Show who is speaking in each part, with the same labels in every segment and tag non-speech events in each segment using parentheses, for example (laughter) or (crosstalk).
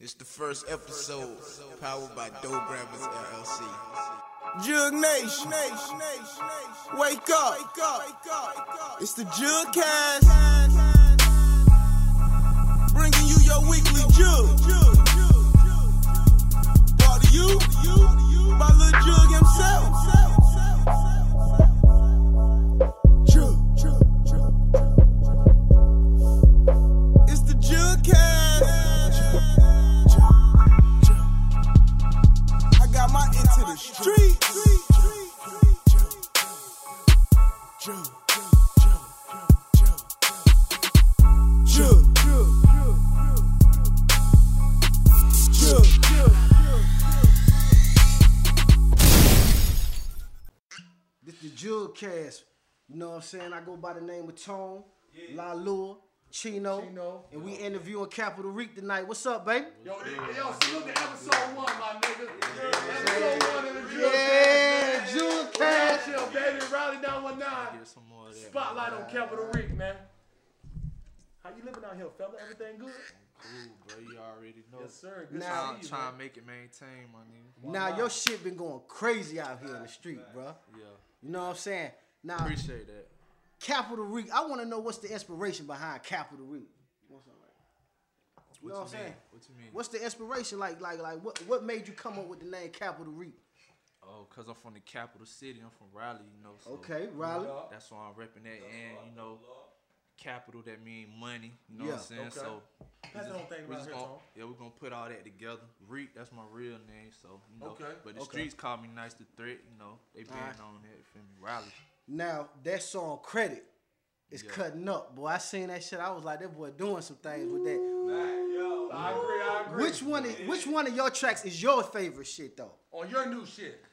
Speaker 1: It's the first episode powered by Dough Grabbers LLC. Jug Nation, wake up. It's the Jug Cast. Bringing you your weekly Jug. Brought to you by Lil Jug himself. Jug, Jug, Jug. It's the Jug Cast. I got my into the
Speaker 2: This the Jug Cast. You know what I'm saying? I go by the name of Tone, La Lua, Chino,
Speaker 3: Chino.
Speaker 2: and we interviewing Capital Reek tonight. What's up, baby?
Speaker 3: Yo, yo, salute to episode one, my nigga. Episode one of the drill.
Speaker 2: Yeah, Jug Cast.
Speaker 3: Chill, baby. Riley down one nine. Spotlight on Capitol Reek, man. How you living out here, fella? Everything good?
Speaker 4: Bro, you already know.
Speaker 3: Yes, sir. Good
Speaker 2: Nah,
Speaker 3: to
Speaker 4: I'm
Speaker 3: see you.
Speaker 4: trying to make it maintain, my nigga.
Speaker 2: Now your shit been going crazy out here in the street, bruh.
Speaker 4: Yeah,
Speaker 2: You know what I'm saying? Now
Speaker 4: appreciate that.
Speaker 2: Capital Reek. I want to know what's the inspiration behind Capital Reek. You know what I'm saying?
Speaker 4: What you mean?
Speaker 2: What's the inspiration like? Like, like, what, what made you come up with the name Capital Reek?
Speaker 4: Oh, cause I'm from the capital city. I'm from Raleigh, you know. So
Speaker 2: Okay, Riley.
Speaker 4: That's why I'm repping that, and you know, capital that mean money. You know what
Speaker 2: Yeah.
Speaker 4: I'm saying?
Speaker 3: Okay.
Speaker 4: So we
Speaker 3: That's the
Speaker 4: just-
Speaker 3: whole thing
Speaker 4: we
Speaker 3: around
Speaker 4: just
Speaker 3: here,
Speaker 4: gonna,
Speaker 3: Tom.
Speaker 4: yeah, we're gonna put all that together. Reek, that's my real name. So you know,
Speaker 3: Okay.
Speaker 4: but the
Speaker 2: Okay.
Speaker 4: streets call me Nice the Threat. You know, they been
Speaker 2: Alright.
Speaker 4: on that. Feel me, Raleigh.
Speaker 2: Now that song credit is
Speaker 4: Yeah.
Speaker 2: cutting up, boy. I seen that shit. I was like, that boy doing some things with that.
Speaker 3: I agree. I agree.
Speaker 2: Which one? Is, which one of your tracks is your favorite shit though?
Speaker 3: on your new shit?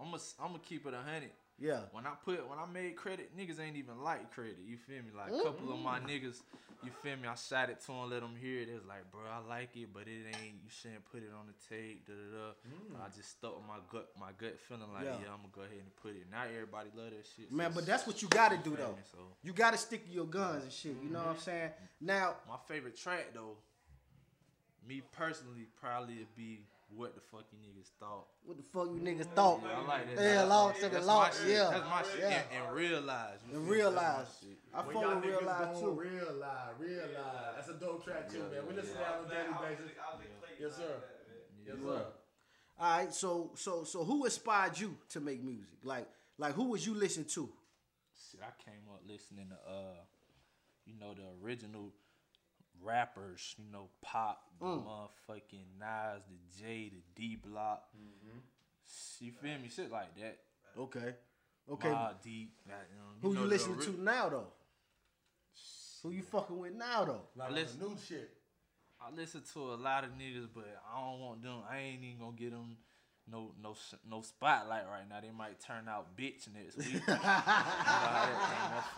Speaker 4: I'm gonna I'm gonna keep it a hundred.
Speaker 2: Yeah.
Speaker 4: When I put when I made credit, niggas ain't even like credit. You feel me? Like a couple of my niggas, you feel me? I shot it to them, let them hear it. It was like, bro, I like it, but it ain't. You shouldn't put it on the tape. Da da da. I just stuck with my gut, my gut feeling like,
Speaker 2: Mm. Yeah.
Speaker 4: yeah, I'm gonna go ahead and put it. Not everybody love that shit.
Speaker 2: Man,
Speaker 4: so-
Speaker 2: but that's what you gotta do though.
Speaker 4: Famous, so-
Speaker 2: You gotta stick to your guns and shit. You know what I'm saying? Now,
Speaker 4: my favorite track though. Me personally, probably would be what the fucking niggas thought.
Speaker 2: what the fuck you niggas thought?
Speaker 4: Yeah, I like that.
Speaker 2: Yeah,
Speaker 4: That's
Speaker 2: long
Speaker 4: my-
Speaker 2: took a
Speaker 4: that's
Speaker 2: long-
Speaker 4: my shit.
Speaker 2: yeah,
Speaker 4: That's my shit.
Speaker 2: yeah.
Speaker 4: And, and realize. you
Speaker 2: And
Speaker 4: feel me? That's my
Speaker 2: realize,
Speaker 4: shit.
Speaker 2: I fuck with realize too.
Speaker 3: Realize, realize. That's a dope track too, man. We listen to that on a daily basis. Yes, sir. Yes, sir.
Speaker 2: All right, so so so who inspired you to make music? Like like who was you listening to?
Speaker 4: Shit, I came up listening to uh, you know, the original rappers, you know, pop, the
Speaker 2: Mm.
Speaker 4: motherfucking Nas, the J, the D Block. Sh- You feel me? Shit like that.
Speaker 2: Okay, okay.
Speaker 4: Okay. Mob Deep. that, you know,
Speaker 2: who you,
Speaker 4: know, the
Speaker 2: listening
Speaker 4: ori-
Speaker 2: to now though? Who you fucking with now though?
Speaker 3: Like
Speaker 4: listen-
Speaker 3: on the new shit.
Speaker 4: I listen to a lot of niggas, but I don't want them. I ain't even gonna get them no no s- no spotlight right now. They might turn out bitch
Speaker 2: (laughs)
Speaker 4: next week. You know how that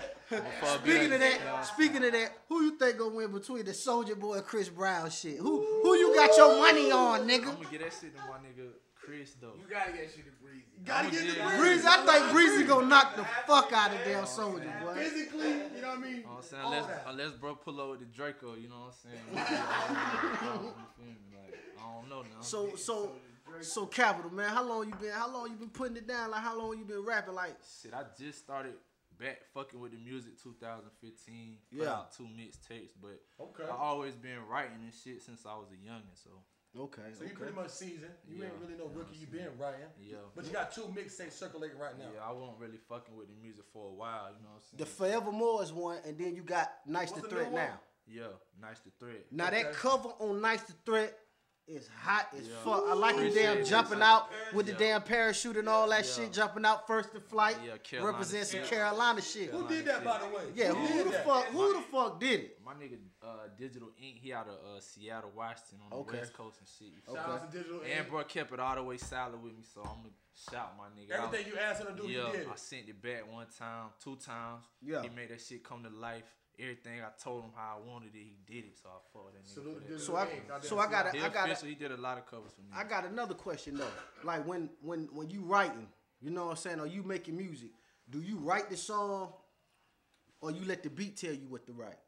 Speaker 4: thing, motherfucker- motherfucker be
Speaker 2: Speaking
Speaker 4: like,
Speaker 2: of that,
Speaker 4: you know,
Speaker 2: speaking of that, who you think gonna win between the Soldier Boy and Chris Brown shit? Who who you got your money on,
Speaker 4: I'm
Speaker 2: nigga?
Speaker 4: gonna get that shit to my nigga Chris though.
Speaker 3: gotta get shit to breezy.
Speaker 4: Gotta get the breezy.
Speaker 2: Breezy, I think Breezy gonna knock the fuck out of damn Soldier Boy.
Speaker 3: Physically, you know what I mean?
Speaker 4: You know what I'm saying?
Speaker 3: All
Speaker 4: Unless,
Speaker 3: that.
Speaker 4: unless bro pull up with the Draco, you know what
Speaker 3: (laughs)
Speaker 4: I'm saying? you feel me? Like, I don't know now.
Speaker 2: So so so Capital man, how long you been? How long you been putting it down? Like how long you been rapping? Like
Speaker 4: shit, I just started back fucking with the music 2015. put
Speaker 2: Yeah.
Speaker 4: out two mixtapes, but
Speaker 3: Okay.
Speaker 4: I always been writing and shit since I was a youngin'. So
Speaker 2: okay,
Speaker 3: So you pretty much seasoned. You ain't
Speaker 4: Yeah.
Speaker 3: really no rookie. You been writing.
Speaker 4: Yeah.
Speaker 3: But you got two mixtapes circulating right now.
Speaker 4: yeah, I wasn't really fucking with the music for a while. You know what I'm
Speaker 2: the
Speaker 4: saying?
Speaker 2: Forevermore is one, and then you got Nice
Speaker 3: What's
Speaker 2: to
Speaker 3: the
Speaker 2: Threat
Speaker 3: new one?
Speaker 2: now.
Speaker 4: yeah, nice to thread.
Speaker 2: Now that
Speaker 3: Okay.
Speaker 2: cover on Nice to Threat is hot as
Speaker 4: Yeah.
Speaker 2: fuck. I like the
Speaker 4: Appreciate
Speaker 2: damn
Speaker 4: it.
Speaker 2: jumping out with the
Speaker 4: Yeah.
Speaker 2: damn parachute and all that shit. Jumping out first to flight
Speaker 4: Yeah, Carolina
Speaker 2: represents some
Speaker 4: shit.
Speaker 2: Carolina shit.
Speaker 3: Who did that, by the way?
Speaker 2: Yeah,
Speaker 3: Who
Speaker 2: who
Speaker 3: did
Speaker 2: the
Speaker 3: that?
Speaker 2: fuck? Who the fuck did it?
Speaker 4: My nigga, uh, Digital Ink, he out of uh, Seattle, Washington, on the
Speaker 2: Okay.
Speaker 4: West Coast and shit. you feel
Speaker 3: Shout out to Digital
Speaker 4: me?
Speaker 3: Ink.
Speaker 4: And bro kept it all the way solid with me, so I'm gonna shout my nigga. out.
Speaker 3: Everything you asked him to do,
Speaker 4: Yeah,
Speaker 3: he did
Speaker 4: I
Speaker 3: it.
Speaker 4: sent it back one time, two times.
Speaker 2: Yeah.
Speaker 4: He made that shit come to life. Everything I told him how I wanted it, he did it. So I fucked that nigga.
Speaker 3: Salute
Speaker 4: for
Speaker 3: to
Speaker 4: that.
Speaker 3: Digital
Speaker 2: So I,
Speaker 3: Ink. Goddamn
Speaker 2: so I got,
Speaker 4: He
Speaker 2: a, I got, a,
Speaker 4: official, he did a lot of covers for me.
Speaker 2: I got another question though. Like when, when, when you writing, you know what I'm saying? Or you making music? Do you write the song, or you let the beat tell you what to write?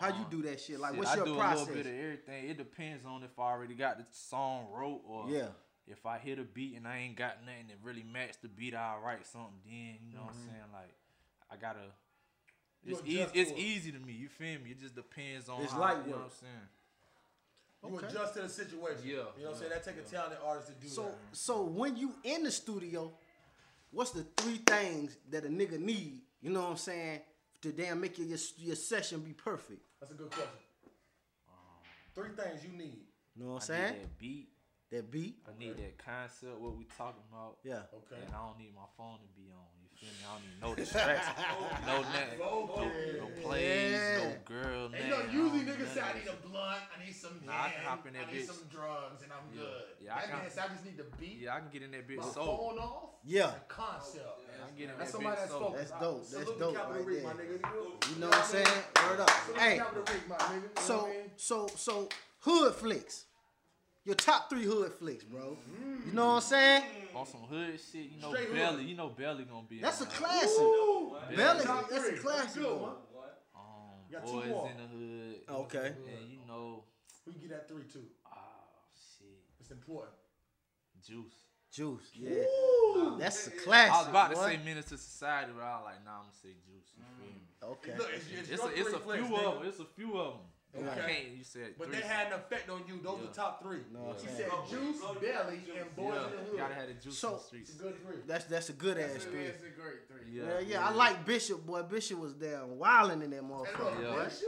Speaker 2: How you do that shit? Like,
Speaker 4: Mm. Shit,
Speaker 2: what's your
Speaker 4: I do
Speaker 2: process?
Speaker 4: a little bit of everything. It depends on if I already got the song wrote or
Speaker 2: Yeah.
Speaker 4: if I hit a beat and I ain't got nothing that really match the beat, I'll write something then. You know what
Speaker 2: Mm-hmm.
Speaker 4: I'm saying? Like I gotta it's
Speaker 3: You
Speaker 4: easy
Speaker 3: adjust
Speaker 4: it's
Speaker 3: to it.
Speaker 4: easy to me, you feel me? It just depends on
Speaker 2: It's
Speaker 4: how,
Speaker 2: light
Speaker 4: you know
Speaker 2: work.
Speaker 4: what I'm
Speaker 3: You
Speaker 2: Okay.
Speaker 3: adjust to the situation.
Speaker 4: Yeah,
Speaker 3: You know what I'm saying? That take a talented artist to do
Speaker 2: So,
Speaker 3: that.
Speaker 2: so when you in the studio, what's the three things that a nigga need? You know what I'm saying? To damn make your your session be perfect.
Speaker 3: That's a good question. Three things you need.
Speaker 2: You know what I'm
Speaker 4: saying? I
Speaker 2: saying?
Speaker 4: need that beat.
Speaker 2: That beat.
Speaker 4: I need that concept, what we talking about.
Speaker 2: Yeah.
Speaker 3: Okay.
Speaker 4: And I don't need my phone to be on. You feel me? I don't need no distractions. no nothing. No plays, no
Speaker 2: Yeah.
Speaker 4: girl,
Speaker 5: And
Speaker 4: man.
Speaker 5: you know,
Speaker 4: I
Speaker 5: usually
Speaker 4: don't need
Speaker 5: niggas say I
Speaker 4: none of
Speaker 5: need
Speaker 4: that
Speaker 5: a blunt, I need some
Speaker 4: Nah, I can
Speaker 5: hen,
Speaker 4: hop in that
Speaker 5: I need
Speaker 4: bitch.
Speaker 5: some drugs, and I'm good.
Speaker 4: Yeah, I
Speaker 5: that
Speaker 4: can-
Speaker 5: man said I just need the beat,
Speaker 4: shit. Yeah, I can get in that
Speaker 5: my
Speaker 4: bitch
Speaker 5: phone
Speaker 4: soul.
Speaker 5: off,
Speaker 2: Yeah.
Speaker 5: the concept.
Speaker 4: I can get in
Speaker 3: That's
Speaker 4: that
Speaker 3: somebody
Speaker 4: bitch
Speaker 3: that's
Speaker 4: soul.
Speaker 3: focused.
Speaker 2: That's dope.
Speaker 3: I
Speaker 2: That's
Speaker 3: salute
Speaker 2: dope
Speaker 3: Capital
Speaker 2: right
Speaker 3: Reef,
Speaker 2: there.
Speaker 3: my nigga.
Speaker 2: You know what I'm saying? Word up.
Speaker 3: Salute
Speaker 2: Hey,
Speaker 3: Capital Reef, my nigga. You know what
Speaker 2: so
Speaker 3: I mean?
Speaker 2: so so hood flicks. Your top three hood flicks, bro. You know what I'm saying?
Speaker 4: on some hood shit. You know
Speaker 3: Straight hood.
Speaker 4: Belly. You know Belly gonna be. in
Speaker 2: That's a
Speaker 4: there.
Speaker 2: classic. Belly,
Speaker 3: Top
Speaker 2: that's a
Speaker 3: three.
Speaker 2: classic.
Speaker 3: Good
Speaker 2: one.
Speaker 3: one.
Speaker 4: Um,
Speaker 3: got two
Speaker 4: boys
Speaker 3: more.
Speaker 4: in the hood.
Speaker 2: Okay.
Speaker 4: And you know,
Speaker 3: We can get that three too.
Speaker 4: oh shit,
Speaker 3: It's important.
Speaker 4: Juice.
Speaker 2: Juice. Yeah. That's a classic.
Speaker 4: I was about to
Speaker 2: boy.
Speaker 4: say Minutes to Society, but I was like, nah, I'm gonna say Juice. You feel me?
Speaker 2: Okay.
Speaker 3: Look, it's, it's,
Speaker 4: It's
Speaker 3: your
Speaker 4: a, it's
Speaker 3: three
Speaker 4: a
Speaker 3: flicks,
Speaker 4: few
Speaker 3: nigga.
Speaker 4: of them. It's a few of them. I
Speaker 3: Okay.
Speaker 4: can't. You said
Speaker 3: But
Speaker 4: three.
Speaker 3: they had an effect on you. Those
Speaker 4: Yeah.
Speaker 3: are top three.
Speaker 2: Know what I'm
Speaker 3: He
Speaker 2: saying?
Speaker 3: said Juice, Belly, and
Speaker 4: yeah,
Speaker 3: Boys in the Hood.
Speaker 4: gotta have the Juice
Speaker 2: So-
Speaker 4: on the streets.
Speaker 3: It's a good three.
Speaker 2: That's that's a good ass
Speaker 5: That's a-
Speaker 2: three.
Speaker 5: that's a great three.
Speaker 4: Yeah,
Speaker 2: Yeah, yeah, I like Bishop, boy. Bishop was down wilding in that
Speaker 3: And
Speaker 2: motherfucker.
Speaker 3: look,
Speaker 4: Yeah.
Speaker 3: that shit,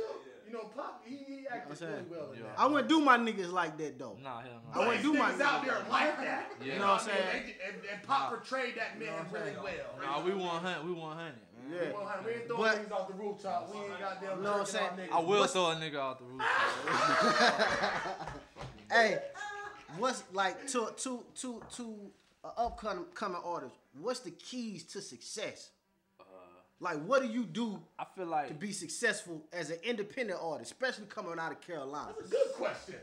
Speaker 3: you know, Pop, he, he
Speaker 2: I'm
Speaker 3: acted
Speaker 2: saying,
Speaker 3: really well in
Speaker 4: yeah.
Speaker 3: that.
Speaker 2: I wouldn't do my niggas like that though.
Speaker 4: Nah, hell no.
Speaker 2: I wouldn't do my
Speaker 5: Niggas out there like that.
Speaker 4: Yeah.
Speaker 5: You know what I'm
Speaker 2: Nah.
Speaker 5: saying? They- And, and Pop portrayed that man really well.
Speaker 4: Nah, we 100. We 100. Man.
Speaker 2: Yeah.
Speaker 3: Well, honey, we ain't throwing
Speaker 2: But-
Speaker 3: things off the rooftop. We ain't goddamn
Speaker 2: Know what I'm
Speaker 3: jerking our
Speaker 2: saying?
Speaker 3: niggas.
Speaker 4: I will throw a nigga off the roof.
Speaker 2: Hey, what's like to to to to an upcoming coming artist? What's the keys to success?
Speaker 5: Uh,
Speaker 2: Like, what do you do
Speaker 4: I feel like
Speaker 2: to be successful as an independent artist, especially coming out of Carolina?
Speaker 3: That's a good question.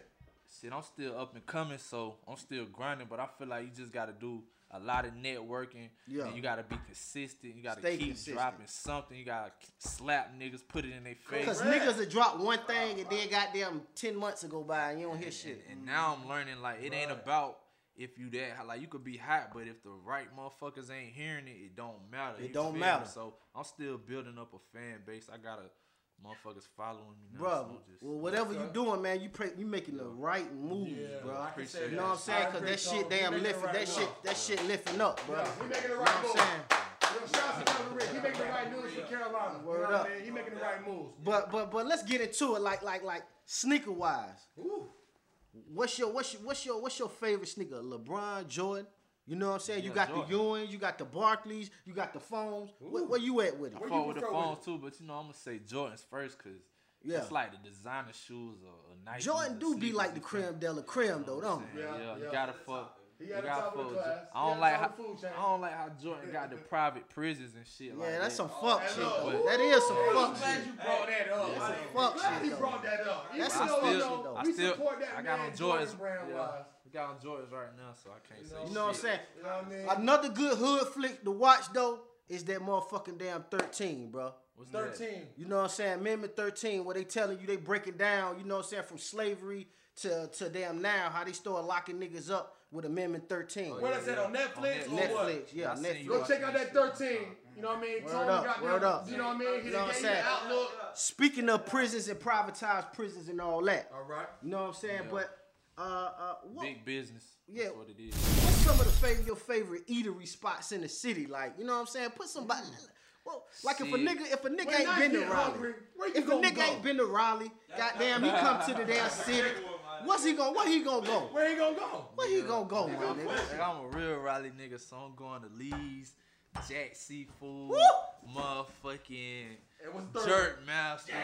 Speaker 4: Shit, I'm still up and coming, so I'm still grinding. But I feel like you just gotta do a lot of networking.
Speaker 2: Yeah.
Speaker 4: And you gotta be consistent. You gotta
Speaker 2: Stay
Speaker 4: keep
Speaker 2: consistent.
Speaker 4: dropping something. You gotta k- slap niggas, put it in their face.
Speaker 2: Cause
Speaker 4: And,
Speaker 2: niggas that drop one thing and then goddamn ten months ago by and you don't hear shit.
Speaker 4: and now I'm learning like it ain't about if you that like you could be hot, but if the right motherfuckers ain't hearing it, it don't matter.
Speaker 2: It
Speaker 4: you
Speaker 2: don't
Speaker 4: feel me?
Speaker 2: matter.
Speaker 4: So I'm still building up a fan base. I gotta motherfuckers following me now.
Speaker 2: Bro,
Speaker 4: so I'm just-
Speaker 2: well, whatever you doing, man, you pray, you making the right moves,
Speaker 3: Yeah,
Speaker 2: bro.
Speaker 3: I
Speaker 4: appreciate
Speaker 3: that.
Speaker 2: You know what I'm saying? Cause that shit damn lifting, that shit, that shit lifting up, bro.
Speaker 3: Yeah, we making the
Speaker 2: You know
Speaker 3: right
Speaker 2: what
Speaker 3: move.
Speaker 2: I'm saying?
Speaker 3: Yo, shout out to Kevin Rick. He making the right moves for Carolina.
Speaker 2: Word
Speaker 3: you know what
Speaker 2: up.
Speaker 3: I mean? He making the right moves.
Speaker 2: But but but let's get into it, like like like sneaker wise.
Speaker 3: Ooh.
Speaker 2: What's your what's your what's your what's your favorite sneaker? LeBron, Jordan. You know what I'm saying? You
Speaker 4: Yeah,
Speaker 2: got the
Speaker 4: Jordan.
Speaker 2: Ewing, you got the Barclays, you got the phones. Where, where you at with it?
Speaker 4: I
Speaker 3: Where
Speaker 4: fought
Speaker 3: you
Speaker 4: with the
Speaker 3: prefer
Speaker 4: phones
Speaker 3: with
Speaker 4: too, but you know I'm gonna say Jordans first because
Speaker 2: Yeah.
Speaker 4: it's like the designer shoes or, or Nike.
Speaker 2: Jordan do be like the creme de la creme though, don't he?
Speaker 4: Yeah,
Speaker 3: Yeah,
Speaker 4: yeah, you
Speaker 3: yeah.
Speaker 4: gotta fuck.
Speaker 3: He
Speaker 4: you
Speaker 3: at the
Speaker 4: gotta
Speaker 3: top of the
Speaker 4: fuck with
Speaker 3: class.
Speaker 4: Jordan. I
Speaker 3: He
Speaker 4: don't
Speaker 3: at
Speaker 4: like
Speaker 3: the
Speaker 4: how
Speaker 3: top of the food chain.
Speaker 4: I don't like how Jordan got
Speaker 3: (laughs)
Speaker 4: the private prisons and shit. like
Speaker 2: Yeah, that's
Speaker 4: that.
Speaker 2: some fuck
Speaker 5: Hey,
Speaker 2: shit.
Speaker 5: look,
Speaker 2: though.
Speaker 5: ooh,
Speaker 2: That is some
Speaker 5: I'm
Speaker 2: fuck
Speaker 5: glad
Speaker 2: shit.
Speaker 5: you brought that up.
Speaker 2: That's some
Speaker 5: I'm
Speaker 2: fuck
Speaker 5: glad
Speaker 2: shit,
Speaker 5: you
Speaker 2: though.
Speaker 5: brought that up.
Speaker 2: That's
Speaker 4: I
Speaker 2: some
Speaker 3: know,
Speaker 4: still,
Speaker 2: fuck
Speaker 3: you
Speaker 2: shit
Speaker 3: know,
Speaker 2: though.
Speaker 4: I
Speaker 3: we
Speaker 4: still,
Speaker 3: support that
Speaker 4: I got
Speaker 3: man,
Speaker 4: on
Speaker 3: Jordan
Speaker 4: Jordans.
Speaker 3: brand
Speaker 4: yeah,
Speaker 3: wise.
Speaker 4: I got on Jordans right now, so I can't say.
Speaker 2: You know what I'm
Speaker 4: shit.
Speaker 2: saying?
Speaker 3: You know what I mean?
Speaker 2: Another good hood flick to watch though is that motherfucking damn 13, bro.
Speaker 4: What's that?
Speaker 3: 13.
Speaker 2: You know what I'm saying? Amendment 13, where they telling you they breaking down, you know what I'm saying, from slavery to, to damn now, how they start locking niggas up with Amendment 13.
Speaker 3: Where that's at on Netflix
Speaker 4: On
Speaker 3: or what?
Speaker 2: Netflix, yeah,
Speaker 4: I seen
Speaker 2: Netflix.
Speaker 4: you
Speaker 3: Go
Speaker 4: watching
Speaker 3: check out that
Speaker 4: shit all the
Speaker 3: 13.
Speaker 4: time.
Speaker 3: You know what I mean?
Speaker 2: Word
Speaker 3: Tony
Speaker 2: up,
Speaker 3: got
Speaker 2: word
Speaker 3: them-
Speaker 2: up.
Speaker 3: You know what I mean? He
Speaker 2: know
Speaker 3: done
Speaker 2: what I'm
Speaker 3: gave you the
Speaker 2: saying?
Speaker 3: outlook.
Speaker 2: Speaking of prisons and privatized prisons and all that,
Speaker 3: All right.
Speaker 2: you know what I'm saying?
Speaker 4: Yeah.
Speaker 2: But uh, uh, what,
Speaker 4: Big business.
Speaker 2: Yeah.
Speaker 4: That's what it is.
Speaker 2: what's some of the favorite your favorite eatery spots in the city? Like, you know what I'm saying? Put somebody. Well, like if a
Speaker 4: Shit.
Speaker 2: nigga if a nigga
Speaker 3: When I
Speaker 2: ain't been
Speaker 3: get
Speaker 2: to Raleigh,
Speaker 3: hungry, where you
Speaker 2: if a
Speaker 3: gonna
Speaker 2: nigga
Speaker 3: go?
Speaker 2: ain't been to Raleigh, goddamn, he come to the
Speaker 4: (laughs)
Speaker 2: damn city. What's he gonna? Where he gonna go?
Speaker 3: Where he gonna go?
Speaker 2: Where he gonna go, my nigga?
Speaker 4: Like, I'm a real Raleigh nigga, so I'm going to Lee's, Jack Seafood,
Speaker 2: Woo!
Speaker 4: motherfucking
Speaker 3: It was third.
Speaker 4: Jerk Masters.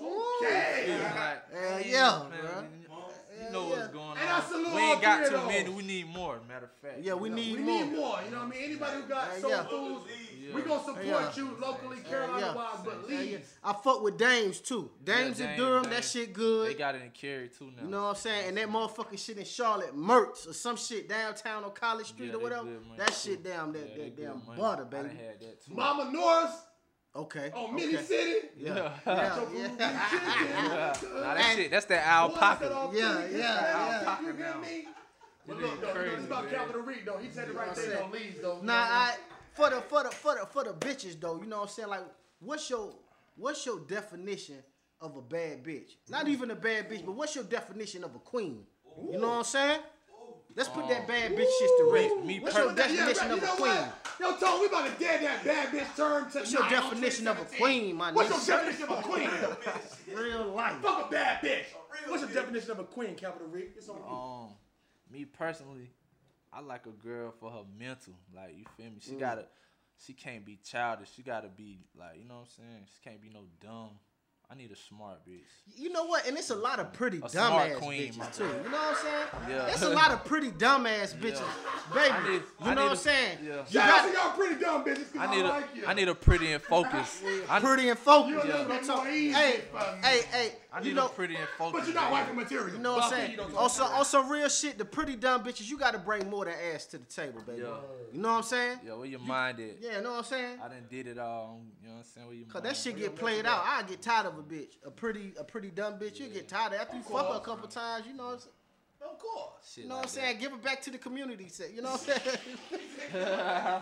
Speaker 3: Okay.
Speaker 2: Hell
Speaker 4: Hell
Speaker 2: yeah,
Speaker 4: You know
Speaker 2: yeah.
Speaker 4: what's going on.
Speaker 3: And I salute
Speaker 4: we
Speaker 3: all
Speaker 4: ain't got
Speaker 3: three
Speaker 4: too
Speaker 3: of
Speaker 4: many.
Speaker 3: those.
Speaker 4: We need more. Matter of fact.
Speaker 2: Yeah, we
Speaker 3: We
Speaker 2: need more.
Speaker 3: need more. You know what I mean? Anybody who got
Speaker 2: Yeah,
Speaker 3: soul
Speaker 2: yeah.
Speaker 3: foods,
Speaker 4: Yeah.
Speaker 3: we gonna support
Speaker 2: Yeah.
Speaker 3: you locally,
Speaker 2: Hell
Speaker 3: Carolina wise, but
Speaker 2: Hell yeah.
Speaker 3: leave.
Speaker 2: I fuck with Dames too. Dames
Speaker 4: Yeah,
Speaker 2: in
Speaker 4: Dames,
Speaker 2: Durham, that
Speaker 4: Dames.
Speaker 2: shit
Speaker 4: They
Speaker 2: good.
Speaker 4: got it in Cary too now.
Speaker 2: You know what I'm saying? And that motherfucking shit in Charlotte, Mertz or some shit downtown on College Street
Speaker 4: Yeah,
Speaker 2: or
Speaker 4: they
Speaker 2: whatever.
Speaker 4: good money,
Speaker 2: That
Speaker 4: too.
Speaker 2: shit damn
Speaker 4: Yeah,
Speaker 2: that,
Speaker 4: they
Speaker 2: that
Speaker 4: good
Speaker 2: damn
Speaker 4: money.
Speaker 2: butter,
Speaker 4: I done
Speaker 2: baby.
Speaker 4: had that too.
Speaker 3: Mama Norris,
Speaker 2: Okay.
Speaker 3: Oh, Mini
Speaker 2: okay.
Speaker 3: City?
Speaker 4: (laughs)
Speaker 2: Yeah.
Speaker 3: Got
Speaker 2: (laughs)
Speaker 3: your
Speaker 2: Yeah.
Speaker 3: Peruvian
Speaker 2: Yeah.
Speaker 3: chicken.
Speaker 4: Nah, that
Speaker 2: And-
Speaker 4: shit. That's that alpaca.
Speaker 3: Boys that
Speaker 2: Yeah,
Speaker 3: are
Speaker 2: yeah,
Speaker 3: freaking fat,
Speaker 4: yeah.
Speaker 3: You get
Speaker 4: Alpaca
Speaker 3: me? But
Speaker 4: This
Speaker 3: look, though,
Speaker 4: is
Speaker 3: look, it's
Speaker 4: crazy,
Speaker 3: about
Speaker 4: man.
Speaker 3: Capital Reed, though. He said it right there, though.
Speaker 5: Don't leave, though.
Speaker 2: Nah, I for the for the for the for the bitches though, you know what I'm saying? Like, what's your what's your definition of a bad bitch? Not even a bad bitch, but what's your definition of a queen? You know what I'm saying? Let's put that bad bitch shit to rest.
Speaker 4: Me
Speaker 2: What's
Speaker 4: per-
Speaker 2: your definition
Speaker 3: you
Speaker 2: of a
Speaker 3: know
Speaker 2: queen?
Speaker 3: what? Yo, Tone, we about to dead that bad bitch term tonight.
Speaker 2: What's your
Speaker 3: on
Speaker 2: definition of a
Speaker 3: 2017.
Speaker 2: queen, my
Speaker 3: What's your
Speaker 2: nigga?
Speaker 3: definition of a queen? though?
Speaker 2: Real life.
Speaker 3: Fuck a bad bitch. What's your definition of a queen, Capital Reed? It's on
Speaker 2: Oh.
Speaker 3: you.
Speaker 4: Um, me personally, I like a girl for her mental. Like you feel me?
Speaker 2: Mm.
Speaker 4: She gotta, she can't be childish. She gotta be like, you know what I'm saying? She can't be no dumb. I need a smart bitch.
Speaker 2: You know what? And it's a lot of pretty
Speaker 4: A smart
Speaker 2: dumbass
Speaker 4: queen, my
Speaker 2: bitches too. You know what I'm saying?
Speaker 4: Yeah.
Speaker 2: It's a lot of pretty dumbass bitches,
Speaker 4: I
Speaker 2: baby.
Speaker 4: need-
Speaker 2: you know
Speaker 4: I need
Speaker 2: what
Speaker 4: a-
Speaker 2: I'm saying?
Speaker 4: yeah.
Speaker 2: You
Speaker 3: Shout out
Speaker 2: got
Speaker 3: to y'all pretty dumb bitches, because
Speaker 4: I
Speaker 3: I
Speaker 4: need
Speaker 3: like
Speaker 4: a,
Speaker 3: you.
Speaker 4: I need a pretty
Speaker 2: (laughs)
Speaker 4: and focused. I,
Speaker 2: pretty and focused.
Speaker 3: You don't
Speaker 2: That's what I'm
Speaker 3: know
Speaker 2: talking-
Speaker 3: nothing
Speaker 2: Hey,
Speaker 3: more easy,
Speaker 2: hey, hey.
Speaker 4: I need
Speaker 2: You know,
Speaker 4: a pretty and focused.
Speaker 3: But you're not
Speaker 4: bitch.
Speaker 3: wifey material.
Speaker 2: you know what I'm saying? Also, also real shit. The pretty dumb bitches, you got to bring more than ass to the table, baby.
Speaker 4: Yeah.
Speaker 2: You know what I'm saying?
Speaker 4: Yo, where your mind at?
Speaker 2: Yeah, you know what I'm saying?
Speaker 4: I done did it all. You know what I'm saying? Where your
Speaker 2: Cause
Speaker 4: mind?
Speaker 2: that shit get played out. I get tired of a bitch, a pretty, a pretty dumb bitch. You get tired of after you fuck her a couple times. You know what I'm saying?
Speaker 5: Of course.
Speaker 4: Shit
Speaker 2: You know
Speaker 4: like
Speaker 2: what I'm saying? Give it back to the community. Say, you know what I'm saying? (laughs)
Speaker 3: You got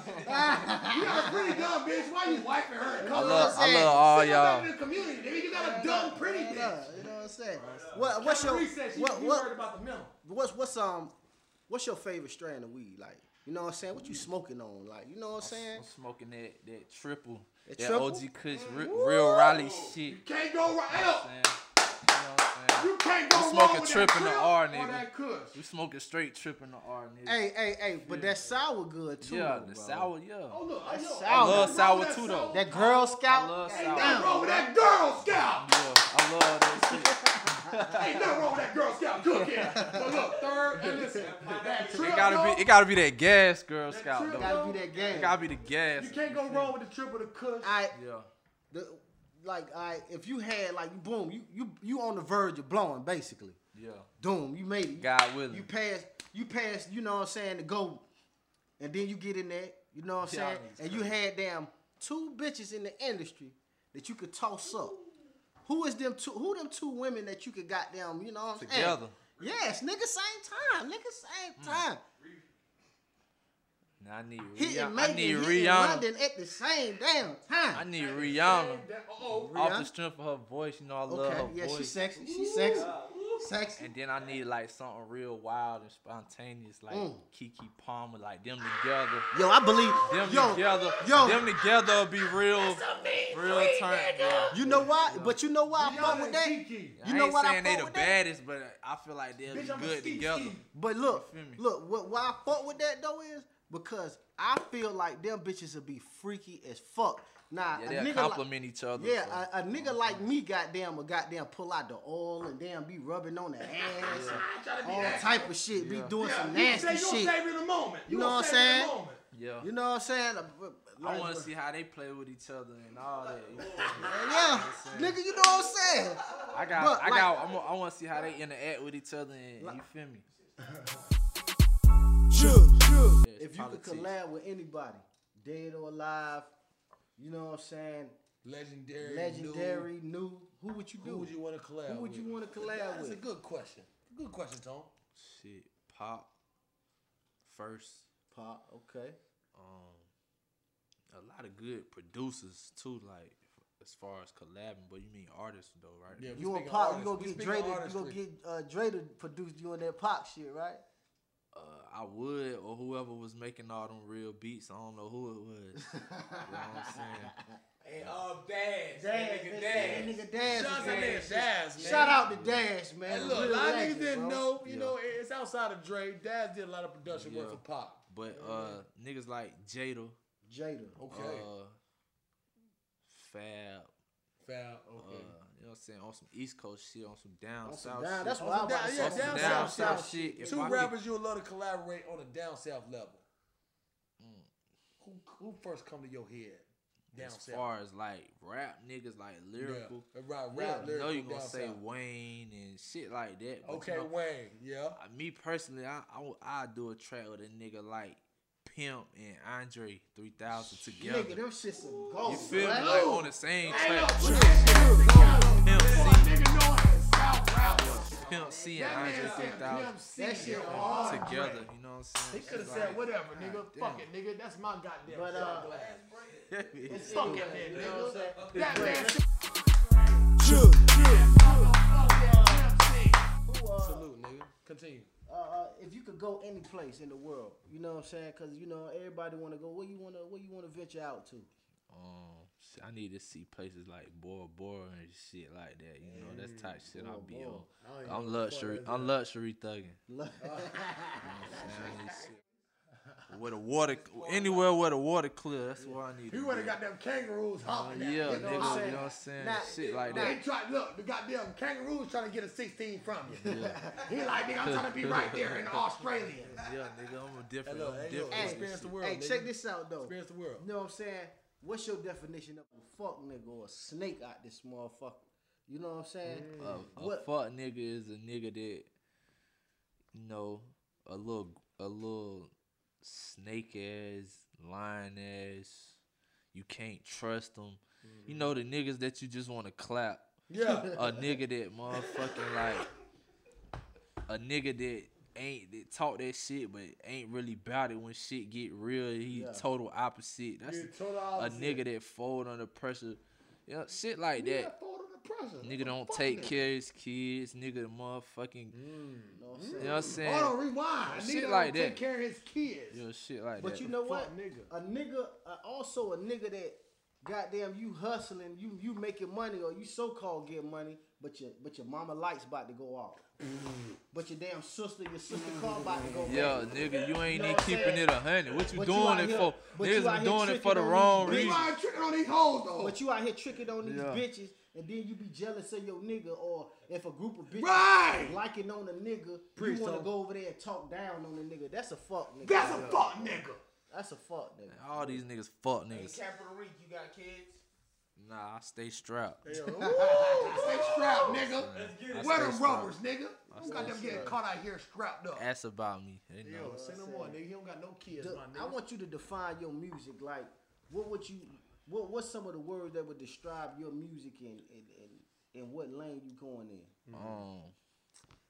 Speaker 3: a pretty dumb bitch. Why you wiping her and
Speaker 4: That. I
Speaker 3: calling
Speaker 4: love,
Speaker 3: her?
Speaker 4: I
Speaker 2: saying.
Speaker 4: love all
Speaker 3: She go back
Speaker 4: y'all.
Speaker 3: to the community. Nigga, you got a dumb pretty
Speaker 2: you know
Speaker 3: bitch.
Speaker 2: what I'm saying? What, what's your
Speaker 3: Capital Reed said she,
Speaker 2: what,
Speaker 3: he
Speaker 2: what,
Speaker 3: worried about the mental.
Speaker 2: what's what's um what's your favorite strand of weed like? You know what I'm saying? What you smoking on? Like, you know what I'm saying?
Speaker 4: I'm smoking that that triple,
Speaker 2: That
Speaker 4: that,
Speaker 2: triple? Mm-hmm.
Speaker 4: OG Kush, re- real Raleigh shit.
Speaker 3: Can't go wrong.
Speaker 4: You know what I'm saying?
Speaker 3: You can't go
Speaker 4: We
Speaker 3: wrong
Speaker 4: smoking
Speaker 3: with
Speaker 4: Trip
Speaker 3: that
Speaker 4: in the
Speaker 3: Crip
Speaker 4: R,
Speaker 3: or
Speaker 4: nigga.
Speaker 3: that Kush.
Speaker 4: We smoking straight tripping the R, nigga.
Speaker 2: Hey, hey, hey! But that sour good too.
Speaker 4: yeah,
Speaker 2: though,
Speaker 4: the
Speaker 2: bro.
Speaker 4: sour, yeah.
Speaker 3: Oh, look, I, know.
Speaker 2: sour.
Speaker 3: I
Speaker 2: I
Speaker 4: love
Speaker 3: know.
Speaker 4: sour
Speaker 3: That
Speaker 4: too,
Speaker 3: sour-
Speaker 4: though.
Speaker 2: That Girl Scout.
Speaker 4: I love
Speaker 2: Hey,
Speaker 4: sour.
Speaker 3: Nothing wrong with that Girl Scout.
Speaker 4: yeah, I love that shit.
Speaker 6: (laughs)
Speaker 3: Ain't nothing wrong with that Girl Scout cooking. But look, third, and listen, that trip,
Speaker 4: It gotta be, it gotta be that gas, Girl Scout.
Speaker 3: trip,
Speaker 4: Though.
Speaker 2: Gotta be that game.
Speaker 4: It gotta be the gas.
Speaker 3: you can't go wrong with the trip with the Kush.
Speaker 2: I
Speaker 4: Yeah,
Speaker 2: the like I if you had like boom you you you on the verge of blowing basically.
Speaker 4: yeah.
Speaker 2: Doom, you made it.
Speaker 4: God willing.
Speaker 2: You passed you passed, you know what I'm saying, the goal. And then you get in there, you know what I'm
Speaker 4: Yeah,
Speaker 2: saying?
Speaker 4: it's
Speaker 2: And you had damn two bitches in the industry that you could toss up. Who is them two who them two women that you could goddamn, you know what I'm saying?
Speaker 4: Together. Hmm.
Speaker 2: Yes, nigga, same time. Nigga, same time.
Speaker 4: Now I need
Speaker 2: Hitting
Speaker 4: Rihanna. I
Speaker 2: Megan,
Speaker 4: need
Speaker 2: hitting
Speaker 4: Rihanna.
Speaker 2: London at the same damn time.
Speaker 4: I need Rihanna.
Speaker 3: Oh,
Speaker 4: Off
Speaker 2: Rihanna?
Speaker 4: the strength of her voice, you know I love
Speaker 2: Okay,
Speaker 4: her
Speaker 2: yeah,
Speaker 4: voice.
Speaker 2: she's sexy. She's sexy. Sexy.
Speaker 4: And then I need like something real wild and spontaneous, like
Speaker 2: Mm.
Speaker 4: Kiki Palmer, like them together.
Speaker 2: Yo, I believe.
Speaker 4: Them
Speaker 2: yo,
Speaker 4: together.
Speaker 2: yo.
Speaker 4: Them together will be real real turn. Yeah.
Speaker 2: you know why? But you know why I
Speaker 3: Rihanna
Speaker 2: fuck with
Speaker 3: and
Speaker 2: that?
Speaker 3: Kiki.
Speaker 2: You
Speaker 4: I
Speaker 2: know
Speaker 4: ain't
Speaker 2: what I
Speaker 4: saying they
Speaker 2: fuck
Speaker 4: the
Speaker 2: with that?
Speaker 4: baddest, but I feel like they'll
Speaker 3: Bitch, I'm
Speaker 4: be
Speaker 3: a
Speaker 4: good
Speaker 3: ski
Speaker 4: together.
Speaker 3: ski.
Speaker 2: But look,
Speaker 4: You feel me?
Speaker 2: look, what, why I fuck with that though is because I feel like them bitches will be freaky as fuck. Nah,
Speaker 4: Yeah,
Speaker 2: a
Speaker 4: they'll
Speaker 2: nigga like,
Speaker 4: compliment each other. so.
Speaker 2: yeah, a, a nigga like me, goddamn, will goddamn pull out the oil and damn be rubbing on the ass,
Speaker 3: Try to be
Speaker 2: and all
Speaker 3: that.
Speaker 2: type of shit, be
Speaker 4: Yeah.
Speaker 2: doing
Speaker 3: Yeah,
Speaker 2: some
Speaker 3: you
Speaker 2: nasty
Speaker 3: say
Speaker 2: shit.
Speaker 3: You gonna savor the moment.
Speaker 2: You know
Speaker 3: gonna
Speaker 2: what I'm
Speaker 3: savor the
Speaker 2: saying?
Speaker 3: moment.
Speaker 4: yeah.
Speaker 2: you know what I'm saying? Uh, but-
Speaker 4: I
Speaker 2: like-
Speaker 4: want to see how they play with each other and all that. you feel me?
Speaker 2: Yeah, nigga, you know what I'm saying?
Speaker 4: I got,
Speaker 2: But,
Speaker 4: I
Speaker 2: like-
Speaker 4: got, I'm, a- I want to see how they interact with each other and you
Speaker 2: (laughs)
Speaker 4: feel me?
Speaker 1: Jug, jug.
Speaker 4: Yeah, it's
Speaker 2: If you could
Speaker 4: politics.
Speaker 2: collab with anybody, dead or alive, you know what I'm saying?
Speaker 6: Legendary.
Speaker 2: Legendary, new, who would you do?
Speaker 6: New. Who would you want to collab?
Speaker 2: Who would you wanna collab
Speaker 6: That's
Speaker 2: with?
Speaker 6: a good question. Good question, Tom.
Speaker 4: shit, pop first.
Speaker 2: Pop, okay.
Speaker 4: Um, a lot of good producers too, like as far as collabing. But you mean artists though, right?
Speaker 6: Yeah, we
Speaker 2: You and
Speaker 6: speaking
Speaker 2: Pop, you
Speaker 6: artists.
Speaker 2: gonna
Speaker 6: We
Speaker 2: get
Speaker 6: speaking
Speaker 2: Dre to, you gonna
Speaker 6: artistry.
Speaker 2: get uh, Dre to produce you on that Pop shit, right?
Speaker 4: Uh, I would or whoever was making all them real beats. I don't know who it was. you know what I'm saying?
Speaker 5: Hey, uh, Daz. That nigga
Speaker 2: That
Speaker 5: Daz.
Speaker 2: nigga Daz.
Speaker 6: Shout out to
Speaker 2: man.
Speaker 6: that Daz, man.
Speaker 2: Shout out to Dash, man.
Speaker 6: Hey, look, a
Speaker 2: Real
Speaker 6: lot of
Speaker 2: legend,
Speaker 6: niggas didn't
Speaker 2: bro.
Speaker 6: know. You
Speaker 4: Yeah.
Speaker 6: know, it's outside of Dre. Daz did a lot of production work for
Speaker 4: Yeah.
Speaker 6: Pop.
Speaker 4: But uh, niggas like Jada,
Speaker 2: Jada.
Speaker 6: Okay.
Speaker 4: uh, Fab.
Speaker 6: Foul.
Speaker 4: Uh,
Speaker 6: Okay.
Speaker 4: you know what I'm saying? On some East Coast shit, on some down
Speaker 2: On some
Speaker 4: south
Speaker 2: down-
Speaker 4: shit.
Speaker 2: That's what
Speaker 6: On
Speaker 2: I
Speaker 6: some
Speaker 2: was about
Speaker 6: down-
Speaker 2: to
Speaker 6: yeah,
Speaker 4: on
Speaker 2: say.
Speaker 4: some
Speaker 6: down
Speaker 4: down,
Speaker 6: south
Speaker 4: south, shit. If
Speaker 6: Two
Speaker 4: I could-
Speaker 6: rappers you would love to collaborate on a down south level.
Speaker 4: Mm.
Speaker 6: Who who first come to your head? Down
Speaker 4: as
Speaker 6: south.
Speaker 4: far as like rap niggas, like lyrical.
Speaker 6: Yeah. Right, rap,
Speaker 4: Yeah, I know
Speaker 6: lyrical,
Speaker 4: you gonna
Speaker 6: down
Speaker 4: say
Speaker 6: south.
Speaker 4: Wayne and shit like that. But
Speaker 6: Okay,
Speaker 4: you know,
Speaker 6: Wayne. Yeah.
Speaker 4: I- me personally, I, I would- I'd do a track with a nigga like Pimp and Andre 3000 together.
Speaker 2: Nigga, them shits are gold.
Speaker 4: you feel me?
Speaker 2: right?
Speaker 4: Like on the same track. Pimp
Speaker 3: That
Speaker 4: C,
Speaker 3: nigga know how to South rapper.
Speaker 4: Pimp C and
Speaker 3: That
Speaker 4: Andre
Speaker 3: man said
Speaker 4: 3000
Speaker 2: That
Speaker 3: Pimp C
Speaker 2: shit
Speaker 3: and
Speaker 2: hard,
Speaker 3: Andre.
Speaker 4: together. You know what I'm
Speaker 3: He
Speaker 4: saying?
Speaker 3: could have
Speaker 4: It's
Speaker 3: said
Speaker 4: like, (laughs)
Speaker 3: whatever, nigga.
Speaker 4: damn.
Speaker 3: Fuck it, nigga. That's my goddamn
Speaker 2: But, uh,
Speaker 3: shot glass.
Speaker 4: it's
Speaker 3: Fuck it, man,
Speaker 2: You know what I'm
Speaker 3: nigga.
Speaker 2: saying?
Speaker 3: That man said
Speaker 1: Jug.
Speaker 2: Who, uh,
Speaker 6: Salute, nigga. Continue.
Speaker 2: uh, uh, if you could go any place in the world, you know what I'm saying? Cause you know everybody want to go. Where you want to? Where you want to venture out to?
Speaker 4: Um, shit, I need to see places like Bora Bora and shit like that. You know, that's type shit I'll be
Speaker 2: Bora.
Speaker 4: on. I'm luxury. I'm luxury
Speaker 3: (laughs)
Speaker 4: thugging. Man, this (laughs) shit. Where the water, anywhere where the water clear, that's where I need.
Speaker 3: He
Speaker 4: to
Speaker 3: would have
Speaker 4: be.
Speaker 3: got them kangaroos hopping
Speaker 4: Uh, Yeah,
Speaker 3: at him, you
Speaker 4: nigga,
Speaker 3: know
Speaker 4: you know
Speaker 3: what I'm saying?
Speaker 4: what I'm saying?
Speaker 2: Nah,
Speaker 4: shit like
Speaker 3: They
Speaker 4: that.
Speaker 3: try look, the goddamn kangaroos trying to get a 16 from you. (laughs) he like, nigga, I'm trying to be right there in Australia.
Speaker 4: (laughs) Yeah, nigga, I'm a different,
Speaker 6: Hello,
Speaker 4: I'm
Speaker 6: hey,
Speaker 4: different.
Speaker 6: yo.
Speaker 2: hey,
Speaker 6: Experience the world,
Speaker 2: hey,
Speaker 6: nigga.
Speaker 2: check this out though.
Speaker 6: Experience the world.
Speaker 2: You know what I'm saying? What's your definition of a fuck nigga or a snake out this motherfucker? You know what I'm saying?
Speaker 4: Mm. A, a
Speaker 2: What-
Speaker 4: fuck nigga is a nigga that, you know, a little, a little snake ass, lying ass. You can't trust them.
Speaker 2: Mm-hmm.
Speaker 4: You know the niggas that you just want to clap.
Speaker 6: Yeah.
Speaker 2: (laughs)
Speaker 4: A nigga that motherfucking like, a nigga that ain't that talk that shit but ain't really about it when shit get real. He
Speaker 2: Yeah.
Speaker 4: total opposite. That's
Speaker 3: You told
Speaker 4: a nigga that fold under pressure. Yeah, shit like that. Nigga don't take care of his kids. Nigga, the motherfucking.
Speaker 2: You know what I'm saying?
Speaker 4: You know what I'm
Speaker 3: Hold on,
Speaker 4: saying?
Speaker 3: rewind.
Speaker 4: Shit
Speaker 3: Nigga
Speaker 4: like
Speaker 3: like take
Speaker 4: that.
Speaker 3: care of his kids.
Speaker 4: Yo, shit like
Speaker 2: But
Speaker 4: that.
Speaker 2: you know what?
Speaker 3: fuck nigga.
Speaker 2: A nigga, uh, also a nigga that, goddamn, you hustling, you you making money or you so called get money, but your but your mama lights about to
Speaker 6: (laughs)
Speaker 2: go off. but your damn sister, your sister car about to go.
Speaker 4: yeah,
Speaker 2: off.
Speaker 4: nigga, you ain't
Speaker 2: know
Speaker 4: even
Speaker 2: what I'm
Speaker 4: keeping
Speaker 2: saying?
Speaker 4: it a hundred. What you
Speaker 2: But you
Speaker 4: doing
Speaker 2: out
Speaker 4: it
Speaker 2: here-
Speaker 4: for?
Speaker 2: but you out
Speaker 4: Niggas
Speaker 2: here
Speaker 4: be doing it for the
Speaker 2: tricking on
Speaker 4: wrong
Speaker 2: these
Speaker 4: reason.
Speaker 3: Rewind tricking on these hoes though.
Speaker 2: But you out here tricking on these
Speaker 4: Yeah.
Speaker 2: bitches, and then you be jealous of your nigga, or if a group of bitches
Speaker 3: Right.
Speaker 2: liking on a nigga,
Speaker 6: Preach,
Speaker 2: you want
Speaker 6: son.
Speaker 2: to go over there and talk down on the nigga. That's a fuck nigga.
Speaker 3: That's a fuck nigga.
Speaker 2: That's a fuck nigga.
Speaker 4: All these niggas fuck
Speaker 5: In
Speaker 4: niggas.
Speaker 5: Capitol Reef, you got kids?
Speaker 4: Nah, I stay strapped.
Speaker 3: (laughs) Stay strapped, nigga.
Speaker 4: I
Speaker 3: Wear
Speaker 4: stay
Speaker 3: them
Speaker 4: strapped.
Speaker 3: rubbers, nigga. You got them getting caught out here strapped up.
Speaker 4: Ask about me. They
Speaker 3: Yo,
Speaker 4: know.
Speaker 3: say no more, nigga. He don't got no kids,
Speaker 2: The-
Speaker 3: my
Speaker 2: I
Speaker 3: nigga.
Speaker 2: want you to define your music. Like, what would you? What What's some of the words that would describe your music and and, and, and what lane you going in?
Speaker 4: Um,
Speaker 2: Mm-hmm.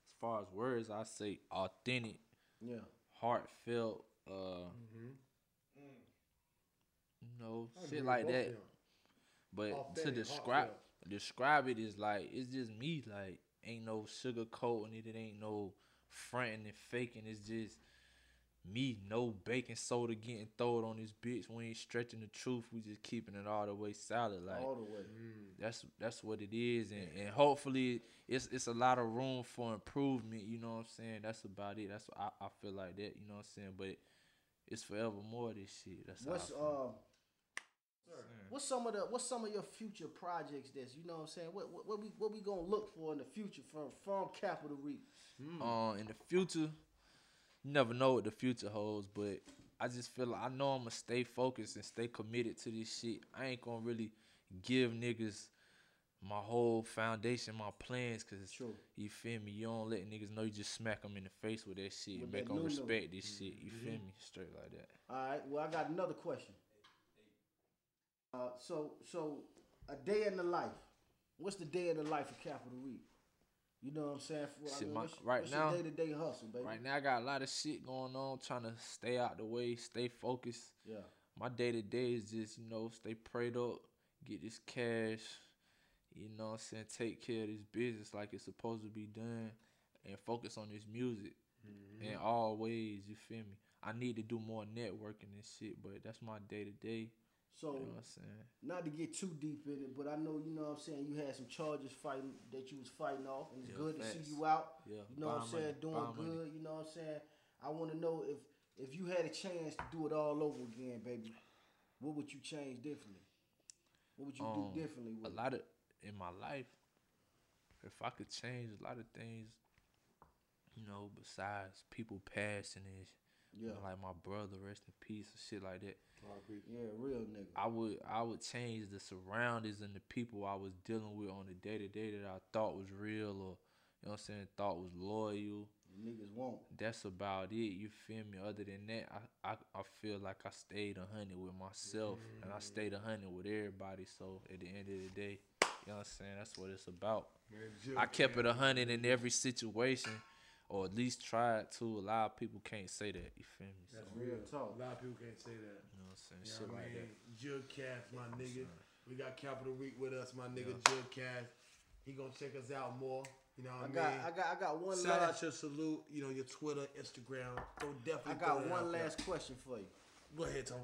Speaker 4: as far as words, I say authentic,
Speaker 2: Yeah.
Speaker 4: heartfelt. Uh,
Speaker 2: Mm-hmm.
Speaker 4: you know, shit like
Speaker 6: both of
Speaker 4: that.
Speaker 6: them.
Speaker 4: But to
Speaker 6: Authentic,
Speaker 4: describe
Speaker 6: heartfelt.
Speaker 4: describe it is like it's just me. Like ain't no sugarcoating it. It ain't no fronting and faking. It's just me. No baking soda getting thrown on this bitch. We ain't stretching the truth. We just keeping it all the way solid. Like
Speaker 2: All the way.
Speaker 4: that's that's what it is. And, and hopefully it's it's a lot of room for improvement. You know what I'm saying? That's about it. That's what I, I feel like that. You know what I'm saying? But it's forever more of this shit. That's how I
Speaker 2: What's
Speaker 4: feel.
Speaker 2: um What's some of the what's some of your future projects that's you know what I'm saying? What what, what we what we gonna look for in the future from from Capital Reef? Mm.
Speaker 4: Uh, in the future, you never know what the future holds, but I just feel like I know I'm gonna stay focused and stay committed to this shit. I ain't gonna really give niggas my whole foundation, my plans, cause
Speaker 2: True.
Speaker 4: you feel me. You don't let niggas know you just smack them in the face with that shit
Speaker 2: With
Speaker 4: and make
Speaker 2: that Mm-hmm.
Speaker 4: them
Speaker 2: new new.
Speaker 4: respect this shit. You feel me? Straight like that.
Speaker 2: All right. Well, I got another question. Uh, so so a day in the life. What's the day in the life of Capital Reef? You know what I'm saying? For,
Speaker 4: Shit, my- right
Speaker 2: what's
Speaker 4: now-
Speaker 2: day to day hustle, baby.
Speaker 4: Right now, I got a lot of shit going on, trying to stay out the way, stay focused.
Speaker 2: Yeah.
Speaker 4: my day to day is just, you know, stay prayed up, get this cash, you know what I'm saying, take care of this business like it's supposed to be done and focus on this music in all ways, you feel me? I need to do more networking and shit, but that's my day to day.
Speaker 2: So
Speaker 4: You know what I'm saying?
Speaker 2: not to get too deep in it, but I know you know what I'm saying you had some charges fighting that you was fighting off, and it's
Speaker 4: Yeah,
Speaker 2: good to
Speaker 4: facts.
Speaker 2: see you out.
Speaker 4: Yeah,
Speaker 2: you know what I'm
Speaker 4: buy money,
Speaker 2: saying, doing
Speaker 4: buy
Speaker 2: good.
Speaker 4: money.
Speaker 2: You know what I'm saying. I want to know if if you had a chance to do it all over again, baby, what would you change differently? What would you
Speaker 4: Um,
Speaker 2: do differently? With
Speaker 4: a
Speaker 2: it?
Speaker 4: lot of in my life, if I could change a lot of things, you know, besides people passing and sh- you know,
Speaker 2: Yeah.
Speaker 4: like my brother, rest in peace and shit like that.
Speaker 2: Yeah, real nigga.
Speaker 4: I would I would change the surroundings and the people I was dealing with on the day to day that I thought was real or you know what I'm saying, thought was loyal.
Speaker 2: Niggas want.
Speaker 4: that's about it. You feel me? Other than that, I, I, I feel like I stayed a hundred with myself and I stayed a hundred with everybody. So at the end of the day, you know what I'm saying? That's what it's about. I kept it a hundred in every situation, or at least tried to. A lot of people can't say that. You feel me? So,
Speaker 3: That's
Speaker 2: Real talk.
Speaker 3: A lot of people can't say that.
Speaker 4: you know what I'm saying?
Speaker 3: You
Speaker 4: Shit
Speaker 3: know what I
Speaker 4: like
Speaker 3: mean?
Speaker 4: that.
Speaker 3: Jug Cast, my nigga. We got Capital Week with us, my nigga Jug Cast. He gonna check us out more. You know what I,
Speaker 2: I
Speaker 3: mean?
Speaker 2: got, I got, I got one
Speaker 3: Shout out
Speaker 2: last,
Speaker 3: your salute, you know, your Twitter, Instagram. Go definitely.
Speaker 2: I
Speaker 3: throw
Speaker 2: got
Speaker 3: that
Speaker 2: one
Speaker 3: out there.
Speaker 2: last question for you.
Speaker 3: Go ahead, Tom.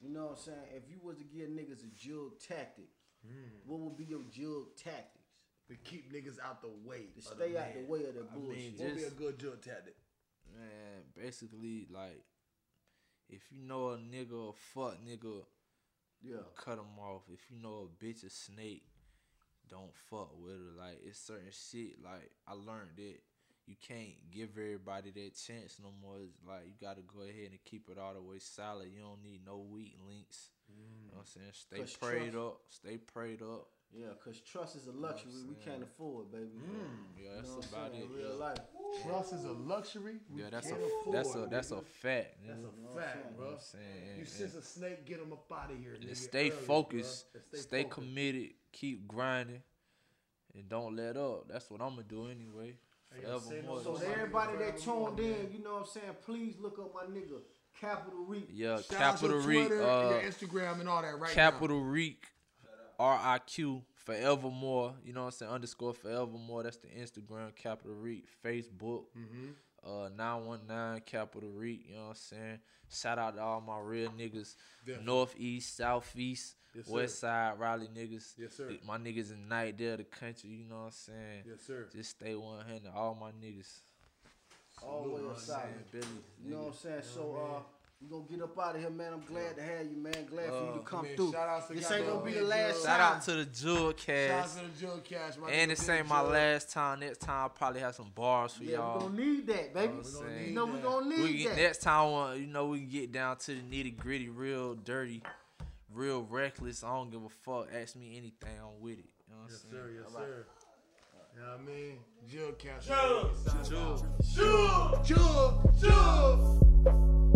Speaker 2: You know what I'm saying? If you was to give niggas a jug tactic,
Speaker 3: Hmm.
Speaker 2: what would be your jug tactics
Speaker 3: To keep niggas out the way.
Speaker 2: to
Speaker 3: of
Speaker 2: stay out the
Speaker 3: man.
Speaker 2: way of the
Speaker 4: mean,
Speaker 2: bullshit?
Speaker 4: just-
Speaker 3: What be a good jug tactic?
Speaker 4: Man, basically, like, if you know a nigga, a fuck nigga,
Speaker 2: yeah,
Speaker 4: cut them off. If you know a bitch a snake, don't fuck with her. Like it's certain shit. Like I learned that you can't give everybody that chance no more. It's like you gotta go ahead and keep it all the way solid. You don't need no weak links. You know what I'm saying?
Speaker 2: Cause
Speaker 4: Stay prayed
Speaker 2: trust-
Speaker 4: up. Stay prayed up.
Speaker 2: yeah, cause trust is a luxury
Speaker 4: I'm
Speaker 2: we
Speaker 4: saying?
Speaker 2: can't afford, baby.
Speaker 4: Yeah,
Speaker 2: You
Speaker 4: that's
Speaker 2: know what I'm
Speaker 4: about
Speaker 2: saying?
Speaker 4: it.
Speaker 2: In real
Speaker 4: yeah.
Speaker 2: life.
Speaker 3: Trust is a luxury.
Speaker 4: Yeah, that's a that's a that's a fact.
Speaker 3: That's
Speaker 4: nigga.
Speaker 3: a fact,
Speaker 4: You know
Speaker 3: bro.
Speaker 4: what I'm saying?
Speaker 3: You
Speaker 4: And-
Speaker 3: sense a snake, get him up out of here.
Speaker 4: and
Speaker 3: nigga,
Speaker 4: stay
Speaker 3: early, bruh.
Speaker 4: focused,
Speaker 3: And
Speaker 4: stay,
Speaker 3: focused.
Speaker 4: committed, keep grinding, and don't let up. That's what I'm gonna do anyway.
Speaker 3: Ain't gonna say no
Speaker 4: Forevermore.
Speaker 2: So
Speaker 3: Somebody
Speaker 2: everybody that
Speaker 3: forevermore,
Speaker 2: tuned in, you know what I'm saying? Please look up my nigga Capital Reap.
Speaker 4: Yeah,
Speaker 6: Shout out
Speaker 4: Capital
Speaker 6: your
Speaker 4: Reek,
Speaker 6: Twitter
Speaker 4: uh,
Speaker 6: and your Instagram and all that right
Speaker 4: Capital Reek, R I Q, forevermore. You know what I'm saying? Underscore forevermore. That's the Instagram, Capital Reek, Facebook,
Speaker 6: Mm-hmm.
Speaker 4: uh, 919 Capital Reek. You know what I'm saying? Shout out to all my real niggas,
Speaker 6: Definitely.
Speaker 4: Northeast, Southeast,
Speaker 6: Yes, sir.
Speaker 4: West Side, Raleigh niggas.
Speaker 6: Yes, sir.
Speaker 4: My niggas in night there, the country. You know what I'm saying?
Speaker 6: now. Yes, sir.
Speaker 4: Just stay 100. All my niggas.
Speaker 2: Always solid.
Speaker 4: Man, Billy.
Speaker 2: You know what I'm saying? So uh we gonna get up out of here, man. I'm glad to have you, man. Glad for you
Speaker 4: Uh,
Speaker 2: to come
Speaker 6: man,
Speaker 2: through.
Speaker 6: shout outs to
Speaker 2: this
Speaker 6: God,
Speaker 2: ain't gonna
Speaker 6: man.
Speaker 2: be the last
Speaker 6: Shout
Speaker 4: Shout
Speaker 2: time.
Speaker 4: out to the Jewel
Speaker 6: Shout out
Speaker 4: Cast.
Speaker 6: to the Jug Cash, my
Speaker 4: And
Speaker 6: nigga,
Speaker 4: this
Speaker 6: Big
Speaker 4: ain't my
Speaker 6: Jug.
Speaker 4: last time. Next time I'll probably have some bars for
Speaker 2: yeah,
Speaker 4: y'all.
Speaker 2: we gonna need that, baby.
Speaker 4: You know what I'm
Speaker 2: you
Speaker 4: saying?
Speaker 2: know we gonna need
Speaker 4: We get,
Speaker 2: that.
Speaker 4: next time, uh, you know, we can get down to the nitty gritty, real dirty, real reckless. I don't give a fuck. Ask me anything, I'm with it. You know what I'm
Speaker 6: Yes,
Speaker 4: saying?
Speaker 6: sir. Yes, sir.
Speaker 3: You know what I mean?
Speaker 6: Jug Cash.
Speaker 3: Jug, Jug, Jug.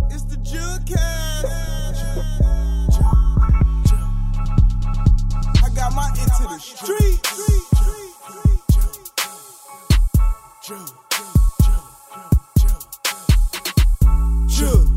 Speaker 1: It's the Jug Cast. I got my into the street. Jug. Jug.